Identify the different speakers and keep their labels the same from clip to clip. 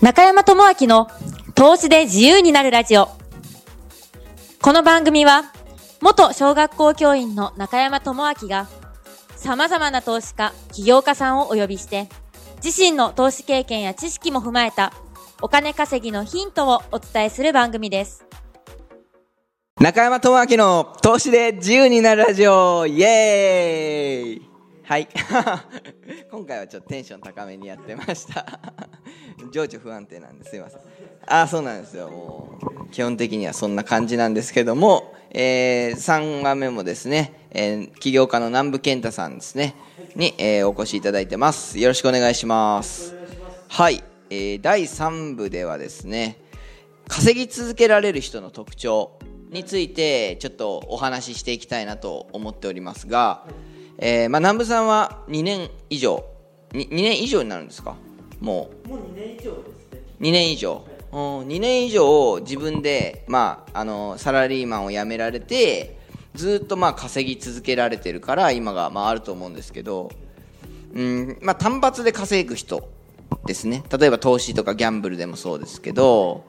Speaker 1: 中山智明の投資で自由になるラジオ。この番組は、元小学校教員の中山智明が、様々な投資家、起業家さんをお呼びして、自身の投資経験や知識も踏まえた、お金稼ぎのヒントをお伝えする番組です。
Speaker 2: 中山智明の投資で自由になるラジオイエーイはい 今回はちょっとテンション高めにやってました 情緒不安定なんですいませんあーそうなんですよもう基本的にはそんな感じなんですけども、え3話目もですね、えー起業家の南部健太さんですねに、えーお越しいただいてますよろしくお願いしますはい、えー第3部ではですね稼ぎ続けられる人の特徴についてちょっとお話ししていきたいなと思っておりますが、えーまあ、南部さんは2年以上に 2, 年以上になるんですかもうもう2年以上ですね2年以上2年以上自分で、まあ、あのサラリーマンを辞められてずっとまあ稼ぎ続けられてるから今がまああると思うんですけどうんまあ、単発で稼ぐ人ですね例えば投資とかギャンブルでもそうですけど、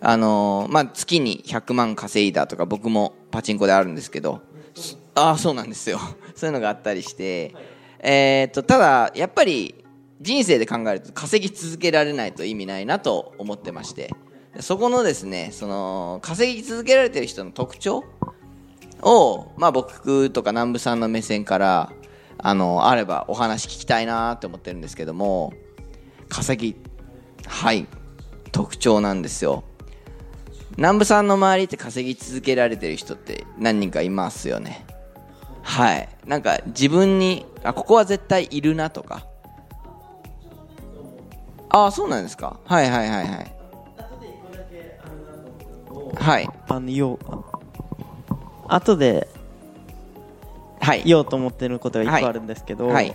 Speaker 2: あのーまあ、月に100万稼いだとか僕もパチンコであるんですけどすああそうなんですよ そういうのがあったりして、えー、とただやっぱり人生で考えると稼ぎ続けられないと意味ないなと思ってましてそこのですねその稼ぎ続けられてる人の特徴を、まあ、僕とか南部さんの目線からあのあればお話聞きたいなって思ってるんですけども稼ぎはい特徴なんですよ南部さんの周りって稼ぎ続けられてる人って何人かいますよねはいなんか自分にあここは絶対いるなとかああそうなんですかはいはいはいはいはい
Speaker 3: あの言おう後で
Speaker 2: はい
Speaker 3: 言おうと思ってることが一個あるんですけど、
Speaker 2: はい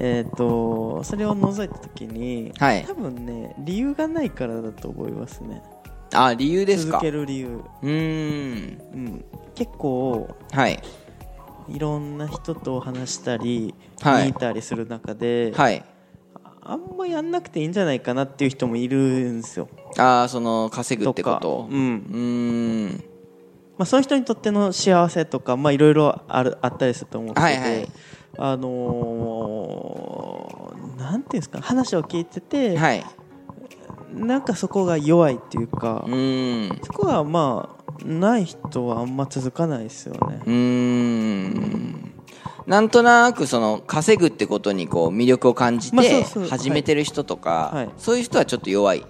Speaker 3: えっ、とそれを除いた時に、
Speaker 2: はい
Speaker 3: 多分ね理由がないからだと思いますね
Speaker 2: あ理由です
Speaker 3: 続
Speaker 2: か
Speaker 3: ける理由、
Speaker 2: うーん
Speaker 3: うん、結構
Speaker 2: はい
Speaker 3: いろんな人と話したり
Speaker 2: はい
Speaker 3: 見たりする中で、
Speaker 2: はい
Speaker 3: あんまやんなくていいんじゃないかなっていう人もいるんですよ
Speaker 2: ああその稼ぐってこ
Speaker 3: と
Speaker 2: と
Speaker 3: か、
Speaker 2: う
Speaker 3: うん
Speaker 2: ーん
Speaker 3: まあ、その人にとっての幸せとか、まあ、いろいろあるあったりすると思ってて、
Speaker 2: はいはい
Speaker 3: あのーなんていうんですか話を聞いてて、
Speaker 2: はい
Speaker 3: なんかそこが弱いっていうか、
Speaker 2: うーん
Speaker 3: そこはまあない人はあんま続かないですよね
Speaker 2: う、ーんなんとなくその稼ぐってことにこう魅力を感じ
Speaker 3: まあそ
Speaker 2: て
Speaker 3: うそう
Speaker 2: 始めてる人とか、
Speaker 3: はいはい
Speaker 2: そういう人はちょっと弱い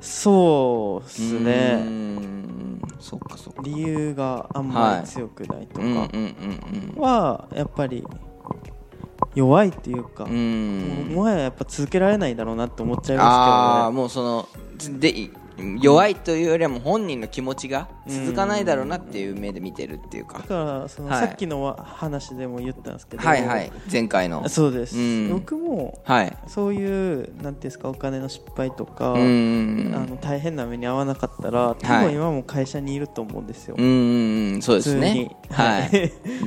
Speaker 3: そうっす
Speaker 2: うー
Speaker 3: ね
Speaker 2: んそっかそっか
Speaker 3: 理由があんまり強くないと
Speaker 2: うんうんうん
Speaker 3: かはやっぱり弱いっていうか、
Speaker 2: うんうーん
Speaker 3: もはややっぱ続けられないだろうなって思っちゃい
Speaker 2: ああ
Speaker 3: ます
Speaker 2: もうそので弱いというよりはもう本人の気持ちが続かないだろうなっていう目で見てるっていうか
Speaker 3: けどねだからその
Speaker 2: はい
Speaker 3: さっきの話でも言ったんですけど、
Speaker 2: はいはい前回の
Speaker 3: そうです、
Speaker 2: うん
Speaker 3: 僕も
Speaker 2: はい
Speaker 3: そういうなんていうんですかお金の失敗とか、
Speaker 2: うんうん
Speaker 3: あの大変な目に遭わなかったら多分今も会社にいると思うんですよ、
Speaker 2: うんうんうんそうです
Speaker 3: 普通
Speaker 2: ね
Speaker 3: に
Speaker 2: はい
Speaker 3: 普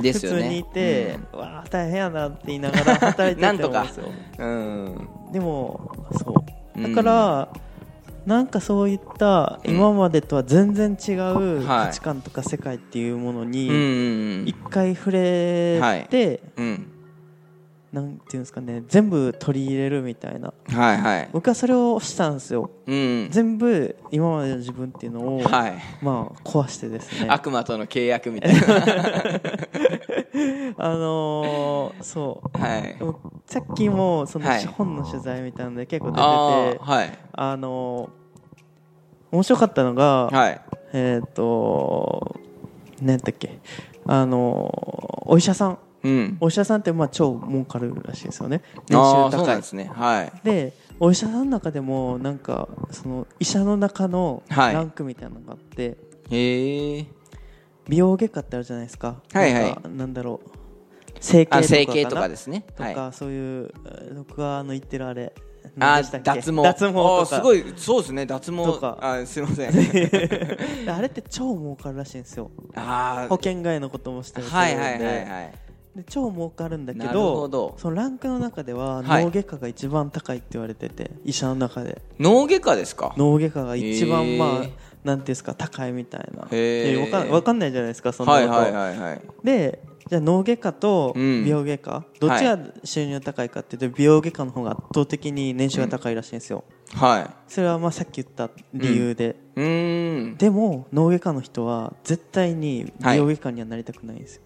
Speaker 2: ですよね
Speaker 3: 通にいて、わあ大変やなって言いながら 働いて
Speaker 2: な
Speaker 3: る
Speaker 2: ん
Speaker 3: と
Speaker 2: と
Speaker 3: 思うん
Speaker 2: か
Speaker 3: ですよ
Speaker 2: うん
Speaker 3: でもそうだから、なんかそういった今までとは全然違う
Speaker 2: はい
Speaker 3: 価値観とか世界っていうもの
Speaker 2: うん
Speaker 3: に
Speaker 2: うん
Speaker 3: 一回触れて、
Speaker 2: はいうん
Speaker 3: なんていうんですかね全部取り入れるみたいな
Speaker 2: はいはい
Speaker 3: 僕はそれをしたんですよ
Speaker 2: うん
Speaker 3: 全部今までの自分っていうのを、
Speaker 2: はい
Speaker 3: まあ壊してですね
Speaker 2: 悪魔との契約みたいな
Speaker 3: あのー、そう
Speaker 2: はい
Speaker 3: でもさっきもそ
Speaker 2: は
Speaker 3: の
Speaker 2: い
Speaker 3: 資本の取材みたいなので結構出てて、
Speaker 2: ああはい
Speaker 3: あのー、面白かったのが、
Speaker 2: はい
Speaker 3: えっ、ー、と何やったっけあのー、お医者さん
Speaker 2: うん
Speaker 3: お医者さんってまあ超儲かるらしいですよね年
Speaker 2: あ
Speaker 3: 収
Speaker 2: あそう
Speaker 3: 高
Speaker 2: ないんですねはい
Speaker 3: でお医者さんの中でもなんかその医者の中の
Speaker 2: はい
Speaker 3: ランクみたいなのがあって、
Speaker 2: へえ
Speaker 3: 美容外科ってあるじゃないですか、
Speaker 2: はいはい
Speaker 3: なんかなんだろう整
Speaker 2: あ
Speaker 3: 形
Speaker 2: 整
Speaker 3: とか
Speaker 2: 形
Speaker 3: か
Speaker 2: と
Speaker 3: な
Speaker 2: かですね
Speaker 3: と
Speaker 2: はい
Speaker 3: かそういうえー僕があの言ってるあれ
Speaker 2: あ
Speaker 3: 何でしたっ
Speaker 2: ー
Speaker 3: け
Speaker 2: 脱毛
Speaker 3: 脱毛
Speaker 2: あ
Speaker 3: と
Speaker 2: ーす
Speaker 3: か
Speaker 2: ごいそうですね脱毛
Speaker 3: とか
Speaker 2: あーすいません
Speaker 3: あれって超儲かるらしいんですよ
Speaker 2: あー
Speaker 3: 保険外のこともしてる
Speaker 2: はいはいはいはい
Speaker 3: で超儲かるんだけ
Speaker 2: な
Speaker 3: ど
Speaker 2: るほど
Speaker 3: そのランクの中では
Speaker 2: はい
Speaker 3: 脳外科が一番高いって言われてて、医者の中で
Speaker 2: 脳外科ですか
Speaker 3: 脳外科が一
Speaker 2: へー
Speaker 3: 番まあ、なんていうんですか高いみたいな
Speaker 2: へー
Speaker 3: いやわかんわかんないじゃないですかそんなこ
Speaker 2: はい
Speaker 3: と、
Speaker 2: はいはいはい
Speaker 3: でじゃあ脳外科と
Speaker 2: うん
Speaker 3: 美容外科、どっちが収入高いかっていうと美容外科の方が圧倒的に年収が高いらしいんですよ、
Speaker 2: は
Speaker 3: それはまあさっき言った理由で、
Speaker 2: いうーん
Speaker 3: でも脳外科の人は絶対に美容外科にはなりたくないんですよ、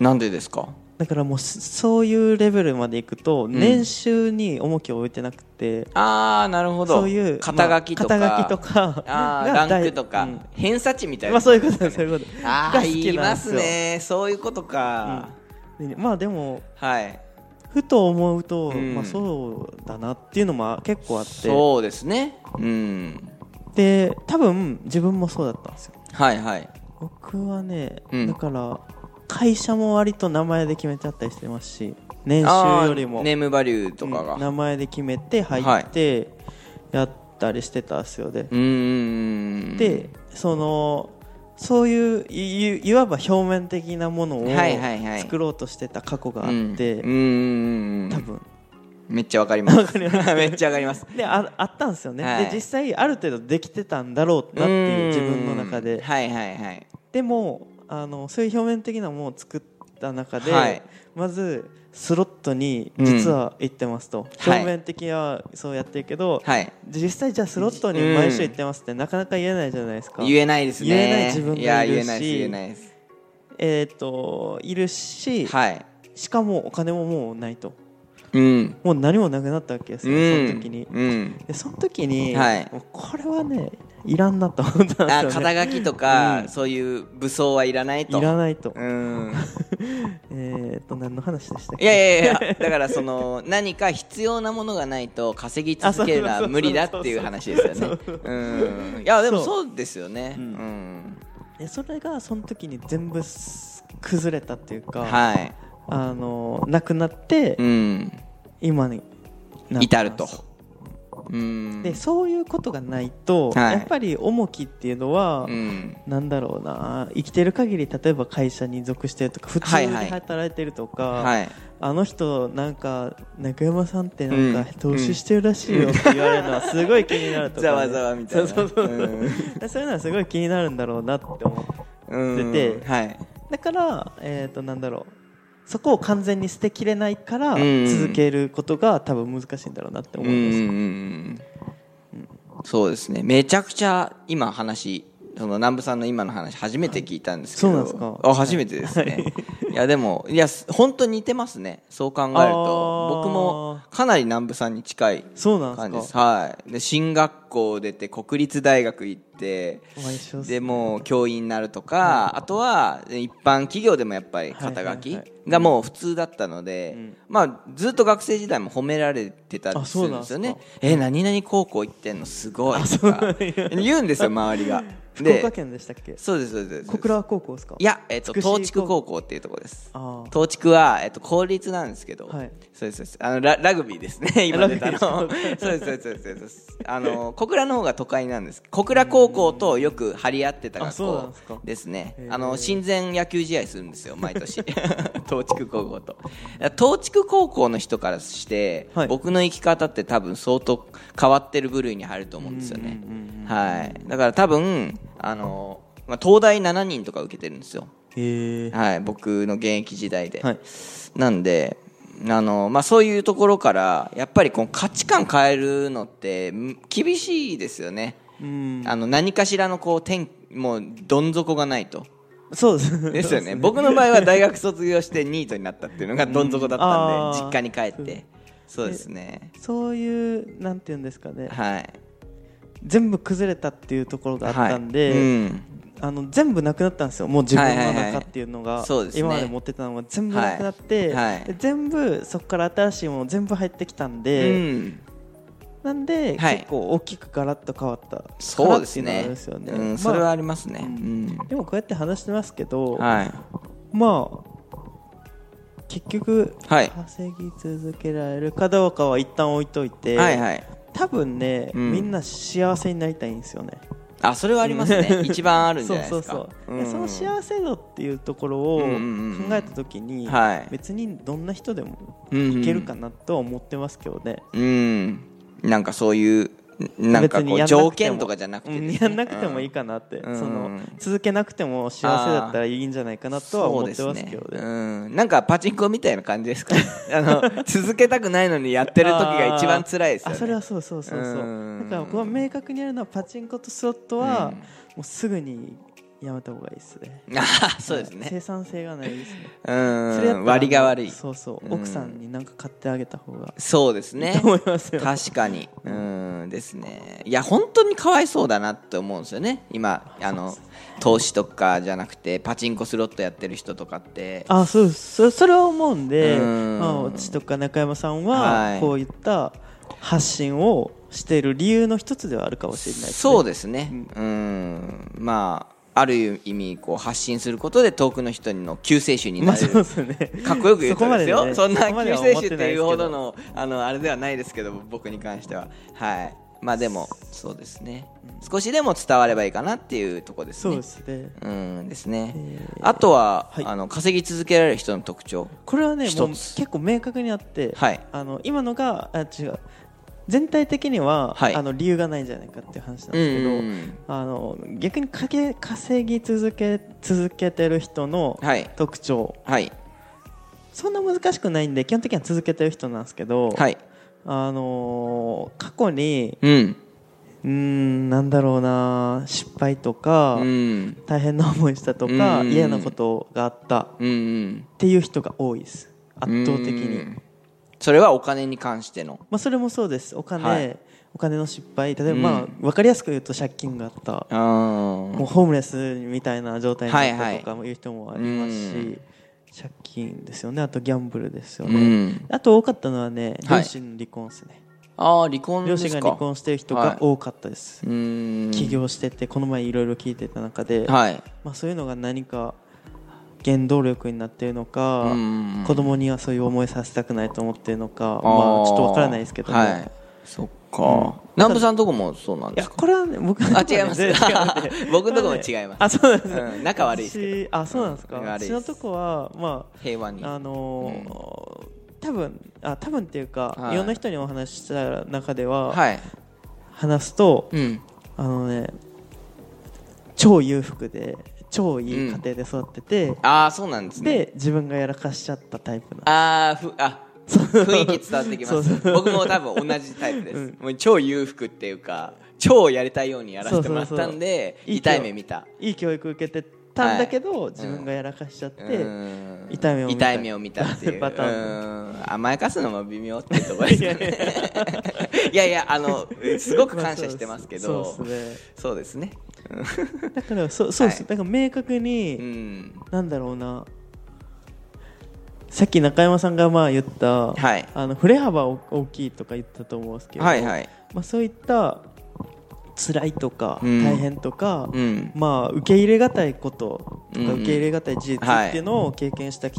Speaker 2: なんでですか
Speaker 3: だからもうそそういうレベルまでいくと年収に重きを置いてなくて、
Speaker 2: ああなるほど
Speaker 3: そういう
Speaker 2: 肩書きとか、
Speaker 3: まあ肩書きとか
Speaker 2: あ
Speaker 3: が
Speaker 2: ーラ
Speaker 3: 大
Speaker 2: ンクとか、
Speaker 3: うん
Speaker 2: 偏差値みたいな、
Speaker 3: まあそういうことですそういうことです
Speaker 2: あ
Speaker 3: が
Speaker 2: あ
Speaker 3: 好
Speaker 2: 言
Speaker 3: き
Speaker 2: い
Speaker 3: な
Speaker 2: ま
Speaker 3: んです
Speaker 2: す
Speaker 3: よ
Speaker 2: ねそういうことか、
Speaker 3: でまあでも
Speaker 2: はい
Speaker 3: ふと思うと、
Speaker 2: うん
Speaker 3: まあそうだなっていうのも結構あって
Speaker 2: そうですねうん
Speaker 3: で多分自分もそうだったんですよ
Speaker 2: はいはい
Speaker 3: 僕はね、
Speaker 2: うん
Speaker 3: だから会社も割と名前で決めちゃったりしてますし年
Speaker 2: あー
Speaker 3: 収よりも
Speaker 2: ネームバリューとかが
Speaker 3: う
Speaker 2: う
Speaker 3: ん名前で決めて入ってやったりしてたんですよね、
Speaker 2: ーん
Speaker 3: でそのそういういいいわば表面的なものを
Speaker 2: はいはいはい
Speaker 3: 作ろうとしてた過去があ
Speaker 2: う
Speaker 3: っ
Speaker 2: ん
Speaker 3: て、
Speaker 2: うんうんうん
Speaker 3: 多分
Speaker 2: めっちゃわかります
Speaker 3: わかります
Speaker 2: めっちゃわかります
Speaker 3: でああったんですよね、
Speaker 2: はい
Speaker 3: で実際ある程度できてたんだろう なっていう自分の中
Speaker 2: うん
Speaker 3: で
Speaker 2: はいはいはい
Speaker 3: でもあのそういう表面的なものを作った中で、
Speaker 2: はい
Speaker 3: まずスロットに
Speaker 2: うん
Speaker 3: 実は行ってますと、
Speaker 2: はい
Speaker 3: 表面的にはそうやってるけど、
Speaker 2: はい
Speaker 3: 実際じゃあスロットに毎週行ってますってなかなか言えないじゃないですか。
Speaker 2: 言えないですね
Speaker 3: 言えない自分がいる
Speaker 2: や言え
Speaker 3: し
Speaker 2: ないです言えないです
Speaker 3: えー、といるし、
Speaker 2: はい
Speaker 3: しかもお金ももうないと
Speaker 2: うん
Speaker 3: もう何もなくなったわけですよ、
Speaker 2: うん
Speaker 3: その時に。
Speaker 2: うん
Speaker 3: でその時に、
Speaker 2: はい
Speaker 3: もうこれはねいらんなと思ったんですよ、ね
Speaker 2: あ、肩書きとか、
Speaker 3: うん
Speaker 2: そういう武装はいらないと
Speaker 3: いらないと、
Speaker 2: うん
Speaker 3: えー、と何の話でしたっ
Speaker 2: い
Speaker 3: け
Speaker 2: やいやいやだからその何か必要なものがないと稼ぎ続けるのは無理だっていう話ですよねうんいやでもそうですよねう
Speaker 3: うん
Speaker 2: ん
Speaker 3: でそれがその時に全部す崩れたっていうか、
Speaker 2: はい
Speaker 3: あのなくなって、
Speaker 2: うん
Speaker 3: 今になってます
Speaker 2: 至るとうん
Speaker 3: でそういうことがないと、
Speaker 2: はい
Speaker 3: やっぱり重きっていうのは、
Speaker 2: うん
Speaker 3: なんだろうな生きてる限り例えば会社に属してるとか普
Speaker 2: は
Speaker 3: 通
Speaker 2: い
Speaker 3: に
Speaker 2: はい
Speaker 3: 働いてるとか、
Speaker 2: はい
Speaker 3: あの人なんか中山さんってなんか
Speaker 2: うん
Speaker 3: 投資してるらしいよって言われるのはすごい気になるとか、ね、
Speaker 2: ざわざわみたいな
Speaker 3: そうそうそう
Speaker 2: うん
Speaker 3: そういうのはすごい気になるんだろうなって思う
Speaker 2: うん
Speaker 3: 出て
Speaker 2: はい
Speaker 3: だから、えー、となんだろうそこを完全に捨てきれないから
Speaker 2: うん
Speaker 3: 続けることが多分難しいんだろうなって
Speaker 2: うん
Speaker 3: 思
Speaker 2: うん
Speaker 3: います、
Speaker 2: うんそうですねめちゃくちゃ今話その南部さんの今の話初めて聞いたんですけど、
Speaker 3: はいそうなんですか
Speaker 2: あ初めてですね、い、やでもいやす本当に似てますねそう考える
Speaker 3: あ
Speaker 2: と
Speaker 3: ー
Speaker 2: 僕もかなり南部さんに近い
Speaker 3: そうなん
Speaker 2: 感じ
Speaker 3: で
Speaker 2: ですす
Speaker 3: か
Speaker 2: はいで進学校出て国立大学行って
Speaker 3: まあ一緒っす
Speaker 2: でもう教員になるとか、あとは一般企業でもやっぱり肩書
Speaker 3: はい
Speaker 2: き
Speaker 3: はい
Speaker 2: がもう普通だったので、
Speaker 3: うん
Speaker 2: まあずっと学生時代も褒められてたり
Speaker 3: あ
Speaker 2: す
Speaker 3: そ
Speaker 2: る
Speaker 3: うんなん
Speaker 2: ですす
Speaker 3: か
Speaker 2: よねえ何々高校行ってんのすごいと
Speaker 3: そうな
Speaker 2: か言うんですよ周りが
Speaker 3: 福岡県でしたっけ
Speaker 2: そうですそうですそうです
Speaker 3: 小倉高校ですか
Speaker 2: いや、えっと
Speaker 3: 筑紫
Speaker 2: 東筑高校っていうところです
Speaker 3: あー
Speaker 2: 東筑は、えっと、公立なんですけど、
Speaker 3: はい
Speaker 2: そうですそうですあのララグビーですね今出たのそ
Speaker 3: ラ
Speaker 2: う
Speaker 3: グビー
Speaker 2: です そうですそうですそうですあの小倉の方が都会なんです小倉高校とよく張り合ってた
Speaker 3: あそうなん
Speaker 2: 学
Speaker 3: です
Speaker 2: 校
Speaker 3: か
Speaker 2: ですね
Speaker 3: へー
Speaker 2: あの親善野球試合するんですよ毎年 東筑高校と東筑高校の人からして、
Speaker 3: はい
Speaker 2: 僕の生き方って多分相当変わってる部類に入ると思うんですよね
Speaker 3: うんうんうんうん
Speaker 2: はいだから多分あの、まあ、東大7人とか受けてるんですよ
Speaker 3: へえ
Speaker 2: はい、僕の現役時代で、
Speaker 3: はい
Speaker 2: なんであの、まあ、そういうところからやっぱりこう価値観変えるのってん厳しいですよね、
Speaker 3: うん
Speaker 2: あの何かしらのこう天もうどん底がない と
Speaker 3: そうです
Speaker 2: ですよね僕の場合は大学卒業してニートになったっていうのがどん底だったんで、
Speaker 3: うんあー
Speaker 2: 実家に帰ってそうですね
Speaker 3: そういうなんていうんですかね
Speaker 2: はい
Speaker 3: 全部崩れたっていうところがあったんで、
Speaker 2: はいうん
Speaker 3: あの全部なくなったんですよもう自分の中っていうのが、
Speaker 2: はいはいはいそうですね
Speaker 3: 今まで持ってたのが全部なくなって、
Speaker 2: はいはい
Speaker 3: で全部そこから新しいもの全部入ってきたん
Speaker 2: う
Speaker 3: で、
Speaker 2: ん
Speaker 3: なんで、
Speaker 2: はい
Speaker 3: 結構大きくガラッと変わった
Speaker 2: そうです
Speaker 3: からっ
Speaker 2: ね
Speaker 3: ていうのがあるんですよね
Speaker 2: うん、
Speaker 3: まあ
Speaker 2: それはありますね、
Speaker 3: う
Speaker 2: うん
Speaker 3: でもこうやって話してますけど、
Speaker 2: はい
Speaker 3: まあ結局、
Speaker 2: はい
Speaker 3: 稼ぎ続けられるかどうかは一旦置いといて、
Speaker 2: はいはい
Speaker 3: 多分ね、
Speaker 2: うん
Speaker 3: みんな幸せになりたいんですよね
Speaker 2: あそれはありますね一番あるんじ
Speaker 3: そ
Speaker 2: ゃ
Speaker 3: う
Speaker 2: ない
Speaker 3: そ
Speaker 2: で
Speaker 3: う
Speaker 2: すか
Speaker 3: そう、
Speaker 2: ん
Speaker 3: でその幸せ度っていうところを
Speaker 2: う
Speaker 3: 考
Speaker 2: んうんうん
Speaker 3: えた時に、
Speaker 2: はい
Speaker 3: 別にどんな人でも
Speaker 2: うんうん
Speaker 3: いけるかなとは思ってますけどね、
Speaker 2: うんなんかそういうなんかこ
Speaker 3: 別に
Speaker 2: う
Speaker 3: やんなくても
Speaker 2: 条件とかじゃなくて
Speaker 3: うん
Speaker 2: ですね
Speaker 3: やんなくてもいいかなって、
Speaker 2: うん
Speaker 3: そ
Speaker 2: うん
Speaker 3: の続けなくても幸せだったらいいんじゃないかなとは思ってますけど
Speaker 2: そうです
Speaker 3: ね。
Speaker 2: うん、なんかパチンコみたいな感じで すかあの続けたくないのにやってる時が一番辛いですよ
Speaker 3: あ
Speaker 2: ね
Speaker 3: それはそうそうそうそう
Speaker 2: うん
Speaker 3: だから僕は明確にやるのはパチンコとスロットは、もうすぐにやめた方がいいですね
Speaker 2: うん あそうですね
Speaker 3: 生産性がないですね
Speaker 2: う
Speaker 3: それやった
Speaker 2: ん
Speaker 3: ら
Speaker 2: 割が悪い
Speaker 3: そうそう
Speaker 2: うん
Speaker 3: 奥さんに何か買ってあげた方が
Speaker 2: そうです
Speaker 3: い
Speaker 2: ね
Speaker 3: いと思いますよ、
Speaker 2: 確かに、うんですね。いや本当にかわいそうだなって思うんですよね。今あの投資とかじゃなくてパチンコスロットやってる人とかって、
Speaker 3: あそうですそそれは思うんで
Speaker 2: うん
Speaker 3: まあ、私とか中山さん
Speaker 2: は
Speaker 3: はいこういった発信をしている理由の一つではあるかもしれないです、ね、
Speaker 2: そうですね。うん、まあある意味こう発信することで遠くの人の救世主にな
Speaker 3: まあ
Speaker 2: れ
Speaker 3: そうで
Speaker 2: る。
Speaker 3: すね
Speaker 2: かっこよく言うとですよ。そ
Speaker 3: こ
Speaker 2: ん
Speaker 3: まで
Speaker 2: な
Speaker 3: ねそこまで
Speaker 2: 救
Speaker 3: は
Speaker 2: 世
Speaker 3: 思
Speaker 2: 主って
Speaker 3: ない
Speaker 2: て
Speaker 3: で
Speaker 2: いう
Speaker 3: すけ
Speaker 2: ほどのあのあれではないですけど僕に関してははい。まあでもそうですね。少しでも伝わればいいかなっていうところですね。
Speaker 3: そうですね
Speaker 2: うんですね、
Speaker 3: え
Speaker 2: あとは、
Speaker 3: はい
Speaker 2: あの稼ぎ続けられる人の特徴
Speaker 3: これはねもう
Speaker 2: 一つ
Speaker 3: 結構明確にあって、
Speaker 2: はい
Speaker 3: あの今のがあ違う全体的には、
Speaker 2: はい
Speaker 3: あの理由がないんじゃないかっていう話なん
Speaker 2: うん
Speaker 3: ですけど、
Speaker 2: うん
Speaker 3: あの逆にかけ稼ぎ続け続けてる人の
Speaker 2: はい
Speaker 3: 特徴、
Speaker 2: はい
Speaker 3: そんな難しくないんで基本的には続けてる人なんですけど、
Speaker 2: はい
Speaker 3: あのー過去に
Speaker 2: うん
Speaker 3: うーんなんだろうな失敗とか、
Speaker 2: うん
Speaker 3: 大変な思いしたとか、
Speaker 2: うん
Speaker 3: 嫌なことがあったっ
Speaker 2: うんうん
Speaker 3: ていう人が多いです圧倒的に。
Speaker 2: うんそれはお金に関しての
Speaker 3: まあ、それもそうですお金、
Speaker 2: はい
Speaker 3: お金の失敗例えば、まあ
Speaker 2: うん
Speaker 3: 分かりやすく言うと借金があった、
Speaker 2: あー
Speaker 3: もうホームレスみたいな状態になっ
Speaker 2: はいは
Speaker 3: た
Speaker 2: い
Speaker 3: とかもいう人もありますし、
Speaker 2: うん
Speaker 3: 借金ですよねあとギャンブルですよ
Speaker 2: う
Speaker 3: ね、
Speaker 2: ん
Speaker 3: あと多かったのはね
Speaker 2: はい
Speaker 3: 両親の離婚ですね、
Speaker 2: あー離婚で
Speaker 3: 両
Speaker 2: す
Speaker 3: 親
Speaker 2: か
Speaker 3: が離婚してる人
Speaker 2: はい
Speaker 3: が多かったです、
Speaker 2: うん
Speaker 3: 起業しててこの前いろいろ聞いてた中で、
Speaker 2: はい
Speaker 3: まあ、そういうのが何か原動力になっているのか、
Speaker 2: うん
Speaker 3: 子供にはそういう思いさせたくないと思っているのか
Speaker 2: ー
Speaker 3: まあ、ちょっとわからないですけども、
Speaker 2: はいそっか南部さんとこもそうなん
Speaker 3: い
Speaker 2: で
Speaker 3: や
Speaker 2: すか
Speaker 3: これはね僕の
Speaker 2: あ
Speaker 3: とこ
Speaker 2: 違います
Speaker 3: 全然違 うんで
Speaker 2: 僕のとこも違います
Speaker 3: あそうなんです
Speaker 2: うん仲悪いですけ
Speaker 3: 私あそうなんですか
Speaker 2: うん悪いで
Speaker 3: う
Speaker 2: す
Speaker 3: ちのとこはま
Speaker 2: 平和に
Speaker 3: ああのー多分あ多分っていうか、
Speaker 2: はい
Speaker 3: い、ろんな人にお話しした中では、
Speaker 2: はい
Speaker 3: 話すと
Speaker 2: うん
Speaker 3: あのね超裕福で超いい家庭で育ってて、
Speaker 2: ああそうなんですね
Speaker 3: で自分がやらかしちゃったタイプな
Speaker 2: あーふあ雰囲気伝わってきます
Speaker 3: そうそう
Speaker 2: 僕も多分同じタイプです、
Speaker 3: うん
Speaker 2: もう超裕福っていうか超やりたいようにやらせてもらったんで
Speaker 3: そうそうそう
Speaker 2: 痛い目見た
Speaker 3: いい教育受けてたんだけど、
Speaker 2: はい
Speaker 3: 自分がやらかしちゃって、
Speaker 2: うん
Speaker 3: 痛い目を見た
Speaker 2: 痛い目を見たっていう
Speaker 3: パター
Speaker 2: うん甘やかすのも微妙ってとこですよね いやいやあのすごく感謝してますけど、
Speaker 3: まあそうですね
Speaker 2: そうですね
Speaker 3: だからそそうです、
Speaker 2: はい
Speaker 3: だから明確に、
Speaker 2: うん
Speaker 3: なんだろうなさっき中山さんがまあ言った、
Speaker 2: はい
Speaker 3: あの振れ幅お大きいとか言ったと思うんですけど、
Speaker 2: はいはい
Speaker 3: まあ、そういった辛いとか
Speaker 2: うん
Speaker 3: 大変とか、
Speaker 2: うん
Speaker 3: まあ、受け入れがたいことと
Speaker 2: うんう
Speaker 3: か
Speaker 2: ん
Speaker 3: 受け入れがたい事実
Speaker 2: はい
Speaker 3: っていうのを経験した人,、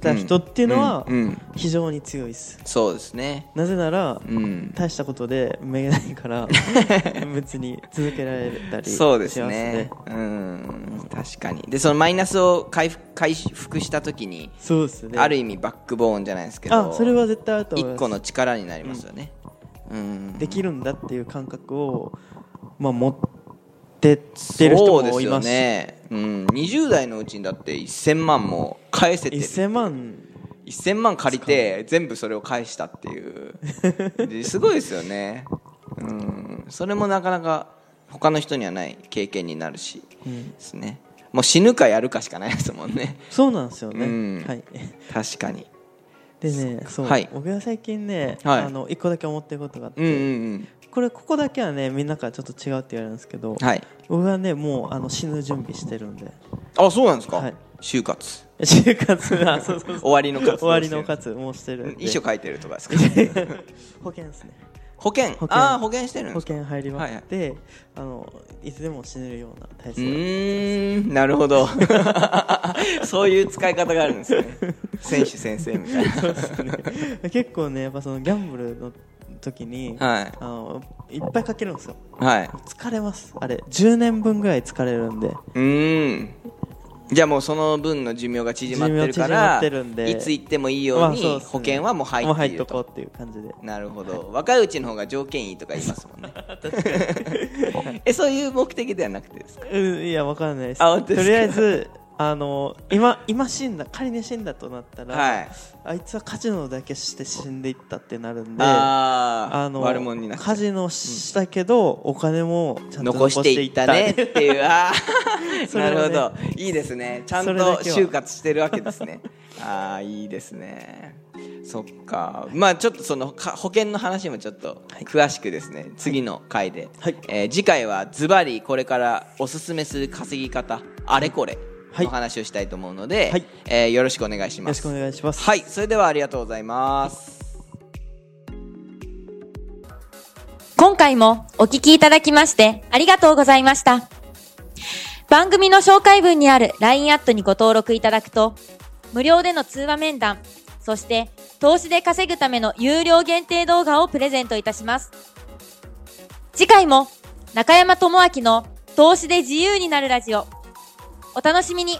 Speaker 3: た人っていうのは
Speaker 2: うんうん
Speaker 3: 非常に強いです。
Speaker 2: そうですね
Speaker 3: なぜなら、
Speaker 2: うん
Speaker 3: 大したことでめげないから 別に続けられたり
Speaker 2: そうです
Speaker 3: し
Speaker 2: ね
Speaker 3: ま
Speaker 2: うん確かにでそのマイナスを回復回復した時に
Speaker 3: そうですね
Speaker 2: ある意味バックボーンじゃないですけど
Speaker 3: あそれは絶対あると思います
Speaker 2: 一個の力になりますよねうん
Speaker 3: できるんだっていう感覚を、まあ、持ってってる人
Speaker 2: そう
Speaker 3: も
Speaker 2: で
Speaker 3: い
Speaker 2: すよ
Speaker 3: ますし
Speaker 2: ね、うん、20代のうちにだって1000万も返せてる
Speaker 3: 1000万
Speaker 2: 1000万借りて全部それを返したっていうですごいですよねうんそれもなかなか他の人にはない経験になるし、ですねもう死ぬかやるかしかないですもんね
Speaker 3: そうなんですよね、
Speaker 2: うん
Speaker 3: はい、
Speaker 2: 確かに
Speaker 3: でねそう、
Speaker 2: はい
Speaker 3: 僕が最近ね、
Speaker 2: はい
Speaker 3: あの一個だけ思ってることがあって、
Speaker 2: うんうん
Speaker 3: これここだけはねみんなからちょっと違うって言われるんですけど、
Speaker 2: うんはい
Speaker 3: 僕はねもうあの死ぬ準備してるんで
Speaker 2: あそうなんですか、
Speaker 3: はい
Speaker 2: 就活
Speaker 3: 就活がそうそうそう
Speaker 2: 終わりの活動
Speaker 3: 終わりの活もうしてるんで
Speaker 2: 遺書書いてるとかですか
Speaker 3: 保険ですね
Speaker 2: 保険
Speaker 3: 保険
Speaker 2: ああ保険してるんで
Speaker 3: 保
Speaker 2: すか
Speaker 3: 険入りまして、あのいつでも死ねるような体
Speaker 2: う
Speaker 3: 制
Speaker 2: ーんなるほど そういう使い方があるんですね選手先生みたいな
Speaker 3: 結構ねやっぱそのギャンブルの時に、
Speaker 2: はい
Speaker 3: あのいっぱいかけるんですよ
Speaker 2: はい
Speaker 3: 疲れますあれ10年分ぐらい疲れるんで
Speaker 2: うーんじゃあもうその分の寿命が縮まってるか
Speaker 3: 寿命縮ま
Speaker 2: ら
Speaker 3: ってるんで
Speaker 2: いつ行ってもいいよ
Speaker 3: ま
Speaker 2: う
Speaker 3: あそう
Speaker 2: に
Speaker 3: っすね
Speaker 2: 保険はもう入
Speaker 3: もう
Speaker 2: って
Speaker 3: 入
Speaker 2: いる
Speaker 3: っと
Speaker 2: と
Speaker 3: こうっていう感じで
Speaker 2: なるほど若いうちの方が条件いいとか言いますも んね えそういう目的ではなくてですか
Speaker 3: うんいやわからないです
Speaker 2: あ本当です
Speaker 3: と
Speaker 2: か
Speaker 3: りあえずあの今今死んだ仮に死んだとなったら、
Speaker 2: はい
Speaker 3: あいつはカジノだけして死んでいったってなるんで
Speaker 2: ああ
Speaker 3: あの
Speaker 2: 悪者になっちゃう
Speaker 3: カジノしたけど、お金もちゃんと
Speaker 2: 残していったねって いうあー
Speaker 3: それ
Speaker 2: な
Speaker 3: はね
Speaker 2: るほどいいですねちゃんと
Speaker 3: それだけは
Speaker 2: 就活してるわけですねああいいですねそっかまあちょっとそのか保険の話もちょっと詳しくですね、次の回で、
Speaker 3: はい
Speaker 2: えー次回はズバリこれからおすすめする稼ぎ方あれこれ
Speaker 3: はい
Speaker 2: の話をしたいと思うので、
Speaker 3: はい
Speaker 2: えーよろしくお願いし
Speaker 3: よろ
Speaker 2: ま
Speaker 3: し
Speaker 2: す
Speaker 3: くお願いします
Speaker 2: はいそれではありがとうございます
Speaker 1: 今回もお聞きいただきましてありがとうございました。番組の紹介文にある LINE アットにご登録いただくと、無料での通話面談、そして投資で稼ぐための有料限定動画をプレゼントいたします。次回も中山智明の投資で自由になるラジオ、お楽しみに